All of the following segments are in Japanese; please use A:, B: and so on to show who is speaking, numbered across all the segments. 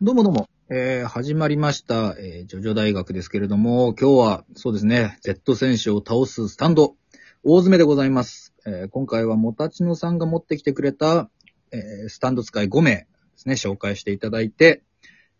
A: どうもどうも。えー、始まりました、えー、ジョジョ大学ですけれども、今日は、そうですね、Z 選手を倒すスタンド、大詰めでございます。えー、今回は、もたちのさんが持ってきてくれた、えー、スタンド使い5名ですね、紹介していただいて、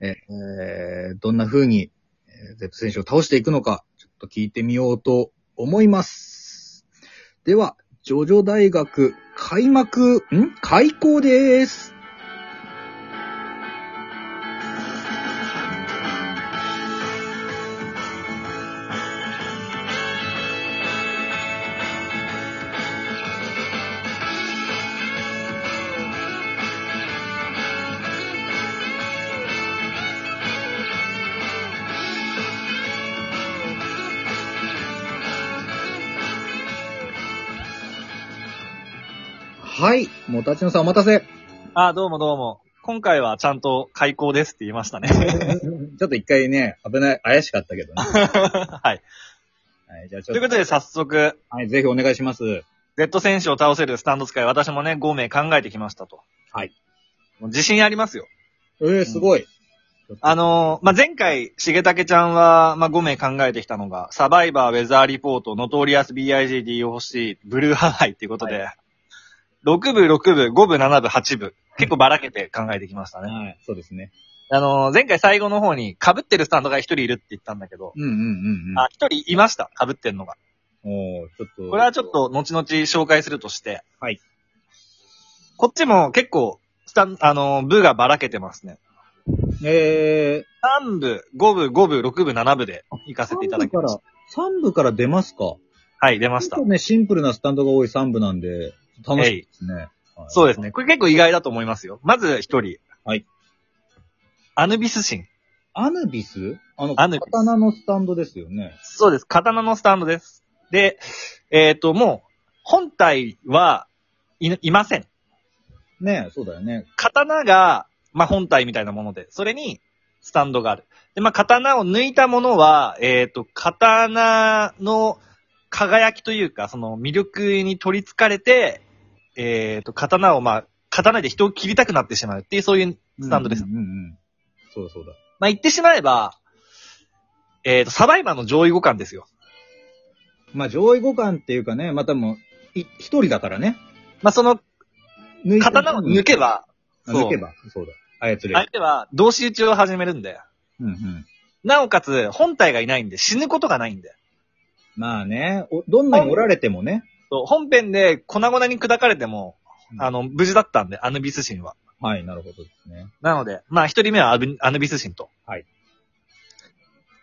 A: えーえーどんな風に、えー Z 選手を倒していくのか、ちょっと聞いてみようと思います。では、ジョジョ大学、開幕、ん開校です。はい。もたちのさんお待たせ。
B: あ、どうもどうも。今回はちゃんと開校ですって言いましたね。
A: ちょっと一回ね、危ない、怪しかったけどね。
B: はい。
A: はい、じゃあち
B: と
A: ょ
B: いう
A: っと、
B: ことで早速、
A: はい、ぜひお願いします。
B: Z 選手を倒せるスタンド使い、私もね、5名考えてきましたと。
A: はい。
B: もう自信ありますよ。
A: えー、すごい。
B: あのーまあ、前回、しげたけちゃんは、まあ、5名考えてきたのが、サバイバー、ウェザーリポート、ノトリアス BIGDOC、ブルーハワイっていうことで、6部、6部、5部、7部、8部。結構ばらけて考えてきましたね。
A: はい、そうですね。
B: あのー前回最後の方に、被ってるスタンドが1人いるって言ったんだけど、
A: うんうんうん
B: あ、一人いました。被ってんのが。
A: うん。おーちょっと。
B: これはちょっ。と後々紹介するとして。
A: はい。こ
B: こっちも結構、スタン、あのー、部がばらけてますね。
A: え
B: 3部、5部、5部、6部、7部で行
A: ー、
B: かせていただ
A: 3部
B: き
A: か
B: ま
A: ら
B: した。、
A: 三部から出ますか
B: はい、出ました
A: ちょっ。とね、シンプルなスタンドが多い3部なんで、楽しいですね。はい
B: そうですね。これ結構意外だと思いますよ。まず一人。
A: はい。
B: アヌビス神。
A: アヌビスあの、
B: アヌビス
A: 刀のスタンドですよね。
B: そうです。刀のスタンドです。で、えっ、と、もう、本体はい、いません。
A: ねそうだよね。
B: 刀が、まあ、本体みたいなもので、それに、スタンドがある。で、まあ、刀を抜いたものは、えっ、と、刀の輝きというか、その魅力に取り憑かれて、えっ、と、刀を、まあ、刀で人を切りたくなってしまうっていう、そういうスタンドです。
A: うんうんうん。そうだそうだ。
B: まあ、言ってしまえば、えっ、と、サバイバーの上位互換ですよ。
A: まあ、上位互換っていうかね、またもう、い一人だからね。
B: まあ、その、
A: 抜いて
B: 刀を抜けば、
A: あ
B: そう
A: 抜けば、そうだ。操れる。
B: 相手は、同士打ちを始めるんで、
A: うんうん。
B: なおかつ、本体がいないんで、死ぬことがないんで、
A: まあね、おどんなにおられてもね。
B: そう本編で粉々に砕かれても
A: う、ん
B: あの、無事だったんで、アヌビス神は。
A: はい、なるほどですね。
B: なので、まあ、一人目はアヌアヌビス神と。
A: はい。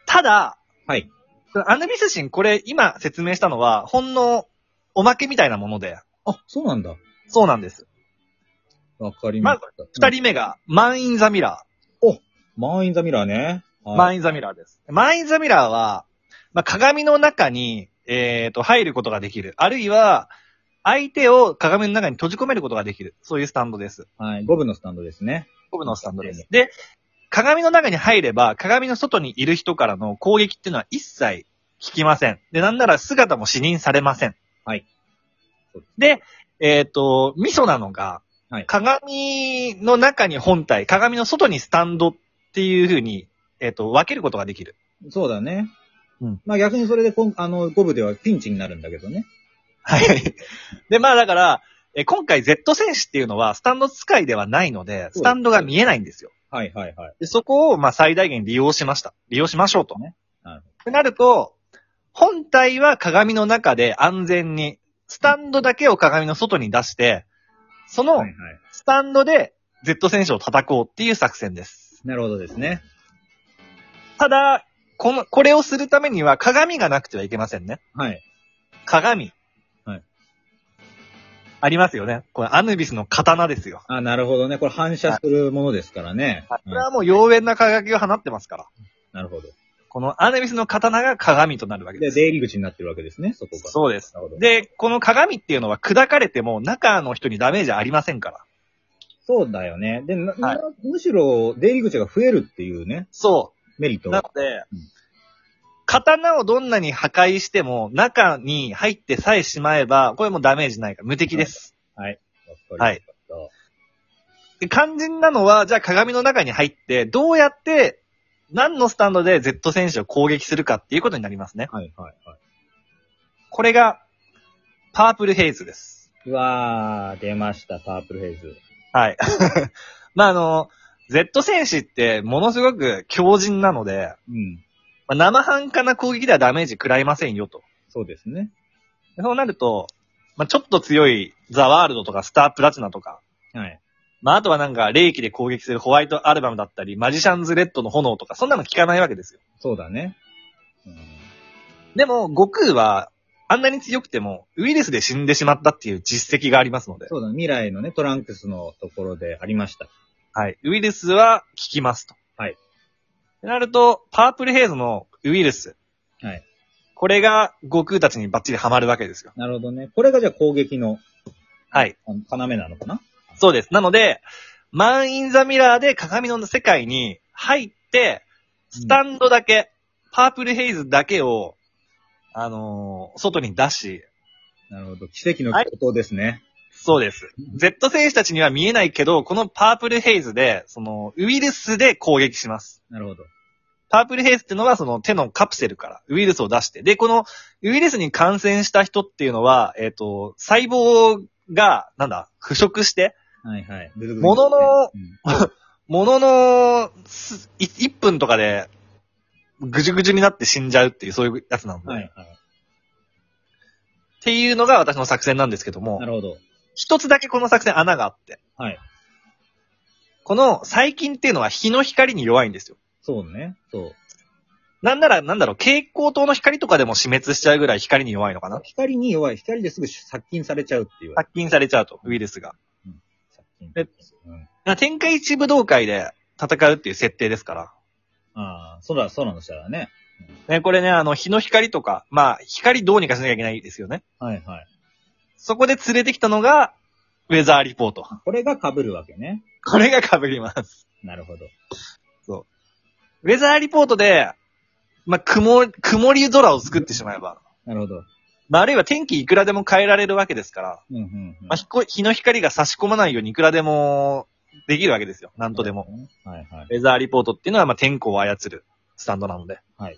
B: ただ、
A: はい。
B: アヌビス神、これ、今説明したのは、ほんの、おまけみたいなもので、
A: あ、そうなんだ。
B: そうなんです。
A: わかりました。
B: 二、人目が、マンインザミラ
A: マンインザミラーね。
B: ー。マ
A: はい。
B: ンインザミラーです。マンインザミラーは、まあ、鏡の中に、えっ、と、入ることができる。あるいは、相手を鏡の中に閉じ込めることができる。そういうスタンドです。
A: はい。五分のスタンドですね。
B: 僕のスタンドです。で、鏡の中に入れば、鏡の外にいる人からの攻撃っていうのは一切効きません。で、なんなら姿も視認されません。
A: はい。
B: で、えっ、と、ミソなのが、
A: はい
B: 鏡の中に本体、鏡の外にスタンドっていう風に、えっ、と、分けることができる。
A: そうだね。
B: うん。
A: まあ逆にそれでこん、あの、五分ではピンチになるんだけどね。
B: はい。 で、まあだから、えー今回 Z 戦士っていうのはスタンド使いではないので、スタンドが見えないんですよ。
A: はいはいはい。
B: で、そこを、まあ、最大限利用しました。利用しましょうと。
A: ねなるほ
B: ってなると、本体は鏡の中で安全に、スタンドだけを鏡の外に出して、その
A: はいはい。
B: スタンドで Z 選手を叩こうっていう作戦です。
A: なるほどですね。
B: ただ、この、これをするためには鏡がなくてはいけませんね。
A: はい。
B: 鏡。
A: はい。
B: ありますよね。これアヌビスの刀ですよ。
A: あ、なるほどね。これ反射するものですからね。
B: こ
A: うん
B: れはもう妖艶な輝きを放ってますから。
A: なるほど。
B: このアヌビスの刀が鏡となるわけで
A: で、
B: す。
A: 出入り口になってるわけですね、そこが。
B: そうです。
A: なるほど。
B: で、この鏡っていうのは砕かれても中の人にダメージありませんから。
A: そうだよね。で、な
B: はい
A: なむしろ出入り口が増えるっていうね、
B: そ
A: メリッ
B: う。
A: ト
B: な
A: が
B: ので
A: うん、
B: 刀をどんなに破壊しても中に入ってさえしまえば、これもうダメージないから無敵です。
A: わかりました。
B: で肝心なのは、じゃあ鏡の中に入って、どうやって、何のスタンドで Z 選手を攻撃するかっていうことになりますね。
A: はいはいは
B: これが、パープルヘイズです。
A: い。うわー、出ました、パープルヘイズ。
B: はい。 まあ、あの、Z 戦士ってものすごく強靭なので、
A: うん。
B: まあ、生半可な攻撃ではダメージ食らいませんよと。
A: そうですね。
B: でそうなると、まあ、ちょっと強いザ・ワールドとかスター・プラチナとか、
A: はい。
B: まあ、あとはなんか、霊気で攻撃するホワイトアルバムだったり、マジシャンズ・レッドの炎とか、そんなの効かないわけですよ。
A: そうだね。うん、
B: でも、悟空は、あんなに強くても、ウイルスで死んでしまったっていう実績がありますので、
A: そうだ、未来のね、トランクスのところでありました。
B: はい。ウイルスは効きますと。
A: はい。
B: ってなると、パープルヘイズのウイルス。
A: はい。
B: これが、悟空たちにバッチリハマるわけですよ。
A: なるほどね。これがじゃあ攻撃の
B: はい。
A: あの要なのかな
B: そうです。なので、マン・イン・ザ・ミラーで鏡の世界に入って、スタンドだけ、パープルヘイズだけを、あのー外に出し、
A: なるほど。奇跡のことですね。
B: そうです。Z 選手たちには見えないけど、このパープルヘイズで、その、ウイルスで攻撃します。
A: なるほど。
B: パープルヘイズってのは、その手のカプセルからウイルスを出して、で、このウイルスに感染した人っていうのは、えっ、と、細胞が、なんだ、腐食して、
A: はいはい。
B: ものの
A: うん
B: ものの、すい1分とかで、ぐじゅぐじゅになって死んじゃうっていう、そういうやつなんで。
A: はい
B: っ
A: はい。
B: ていうのが私の作戦なんですけども
A: な、るほど。
B: 一つだけこの作戦穴があって。
A: はい。
B: この細菌っていうのは日の光に弱いんですよ。
A: そうね。そう。
B: なんなら、なんだろう、蛍光灯の光とかでも死滅しちゃうぐらい光に弱いのかな。
A: 光に弱い。光ですぐ殺菌されちゃうっていう。
B: 殺菌されちゃうと、ウイルスが。
A: 殺菌。
B: え
A: うん。
B: 天下一武道会で戦うっていう設定ですから。
A: ああ、そうだ、そうなんでしたらね。
B: ね、これね、あの、日の光とか、まあ、光どうにかしなきゃいけないですよね。
A: はいはい。
B: そこで連れてきたのが、ウェザーリポート。
A: これが被るわけね。
B: これが被ります。
A: なるほど。
B: ウェザーリポートで、まあ、曇、曇り空を作ってしまえば、
A: なるほど。
B: まあ、あるいは天気いくらでも変えられるわけですから、
A: うんうん、うん。
B: まあ、ひこ日の光が差し込まないようにいくらでもできるわけですよ。なんとでも。。
A: はいはい。
B: ウェザーリポートっていうのは、まあ、天候を操るスタンドなので。
A: はい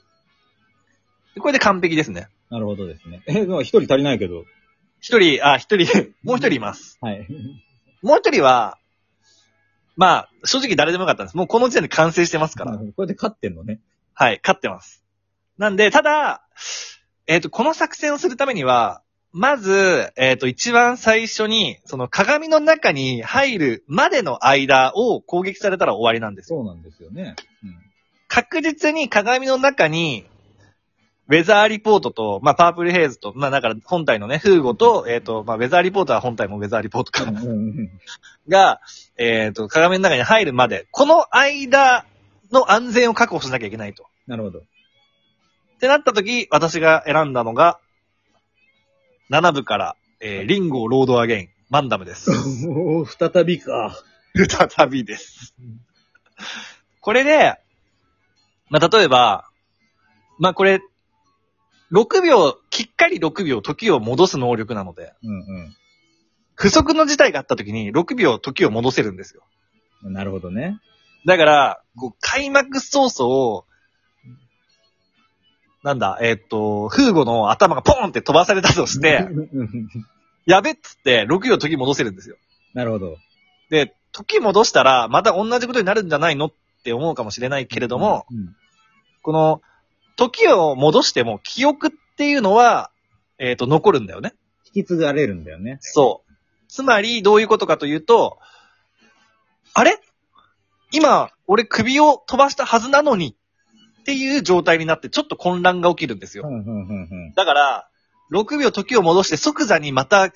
B: で。これで完璧ですね。
A: なるほどですね。 え、でも一人足りないけど。
B: 一人、あ、一人、 もう一人います。
A: はい。
B: もう一人は、まあ、正直誰でもよかったんです。もうこの時点で完成してますから。
A: これで勝ってんのね。
B: はい、勝ってます。なんで、ただ、えっ、と、この作戦をするためには、まず、えっ、と、一番最初に、その鏡の中に入るまでの間を攻撃されたら終わりなんですよ。
A: そうなんですよね。うん。
B: 確実に鏡の中に、ウェザーリポートと、まあ、パープルヘイズと、まあ、だから本体のね、フーゴと、えっ、と、まあ、ウェザーリポートは本体もウェザーリポートか。
A: うんうんうん
B: が、えっ、と、鏡の中に入るまで、この間の安全を確保しなきゃいけないと。
A: なるほど。
B: ってなった時、私が選んだのが、7部から、えー、リンゴロードアゲイン、マンダムです。
A: おー再びか。
B: 再びです。これで、まあ、例えば、まあ、これ、6秒、きっかり6秒時を戻す能力なので、
A: うん
B: 不足の事態があった時に6秒時を戻せるんですよ。
A: うん。なるほどね。
B: だから、こう開幕早々を、なんだ、えーっと、フーゴの頭がポーンって飛ばされたとして、
A: うんうん
B: やべっつって、6秒時戻せるんですよ。
A: なるほど。
B: で、時戻したら、また同じことになるんじゃないのって思うかもしれないけれども、
A: うん、
B: この、時を戻しても、記憶っていうのは、えっ、と、残るんだよね。
A: 引き継がれるんだよね。
B: そう。つまり、どういうことかというと、あれ今、俺首を飛ばしたはずなのにっていう状態になって、ちょっと混乱が起きるんですよ。
A: うんうんうんうん。
B: だから、6秒時を戻して即座にまた、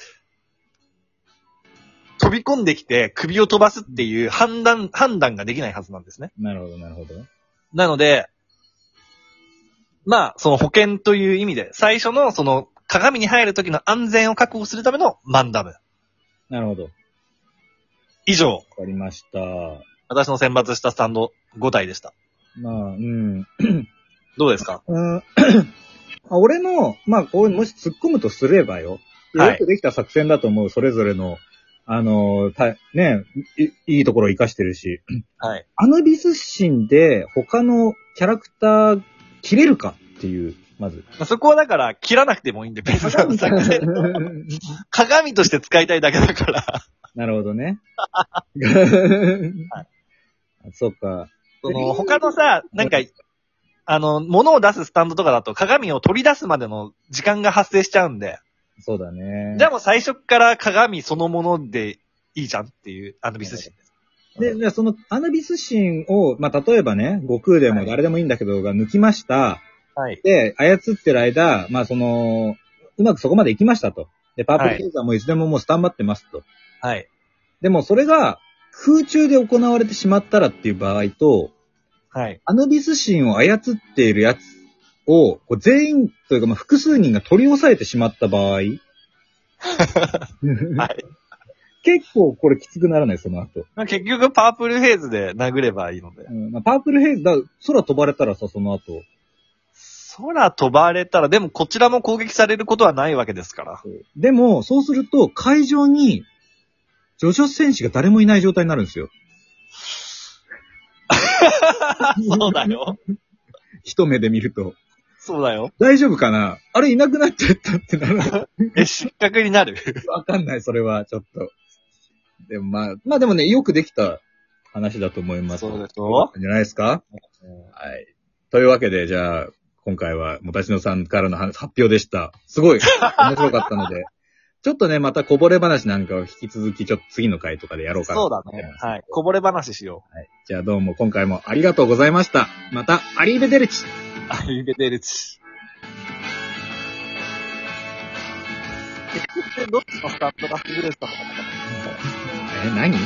B: 飛び込んできて首を飛ばすっていう判断、判断ができないはずなんですね。
A: なるほど、なるほど。
B: なので、まあ、その保険という意味で、最初のその鏡に入る時の安全を確保するためのマンダム。
A: なるほど。わ
B: 以上、
A: かりました。
B: 私の選抜したスタンド5体でした。
A: まあ、うん。
B: どうですか
A: うんあ俺の、まあ、こう、もし突っ込むとすればよ。
B: はい
A: よくできた作戦だと思う、それぞれのあの、たね、いいいところを活かしてるし、
B: はい。
A: アヌビス神で他のキャラクター切れるかっていう、ま ず。
B: まあそこはだから、切らなくてもいいんで、別に作戦。鏡として使いたいだけだから。
A: なるほどね。 そっか。
B: その、他のさ、なんか、あの、物を出すスタンドとかだと、鏡を取り出すまでの時間が発生しちゃうんで、
A: そうだね。
B: じゃあもう最初っから鏡そのものでいいじゃんっていう、アヌビス神です。
A: で、じゃあそのアヌビス神を、まあ、例えばね、悟空でも誰でもいいんだけど、が抜きました。
B: はい。
A: で、操ってる間、まあ、その、うまくそこまで行きましたと。で、パープルユーザーもいつでももうスタンバってますと。
B: はい。
A: でもそれが空中で行われてしまったらっていう場合と、
B: はい。
A: アヌビス神を操っているやつを、こう全員というかまあ複数人が取り押さえてしまった場合、
B: はい。
A: 結構これきつくならない、その後。
B: まあ結局、パープルフェーズで殴ればいいので
A: う。んまあ、パープルヘイズ、だ空飛ばれたらさ、その後。
B: 空飛ばれたら、でもこちらも攻撃されることはないわけですから。
A: でも、そうすると会場に、ジョジョ選手が誰もいない状態になるんですよ。
B: そうだよ。
A: 一目で見ると。
B: そうだよ。
A: 大丈夫かなあれいなくなっちゃったってなら
B: え、失格になる。
A: わかんない、それは、ちょっと。でもまあ、まあでもね、よくできた話だと思います。
B: そうでし
A: そ
B: ょ
A: うじゃないですかはい。というわけで、じゃあ、今回は、もたしのさんからの話発表でした。すごい、面白かったので。 ちょっとね、またこぼれ話なんかを引き続き、ちょっと次の回とかでやろうかな。
B: そうだね。はい。こぼれ話しよ
A: はい。じゃあどうも今回もありがとうございました。また、アリーベデルチ
B: う。あ、ゆげてるち。 どっちのスタンドが崩れてたのかな
A: え、何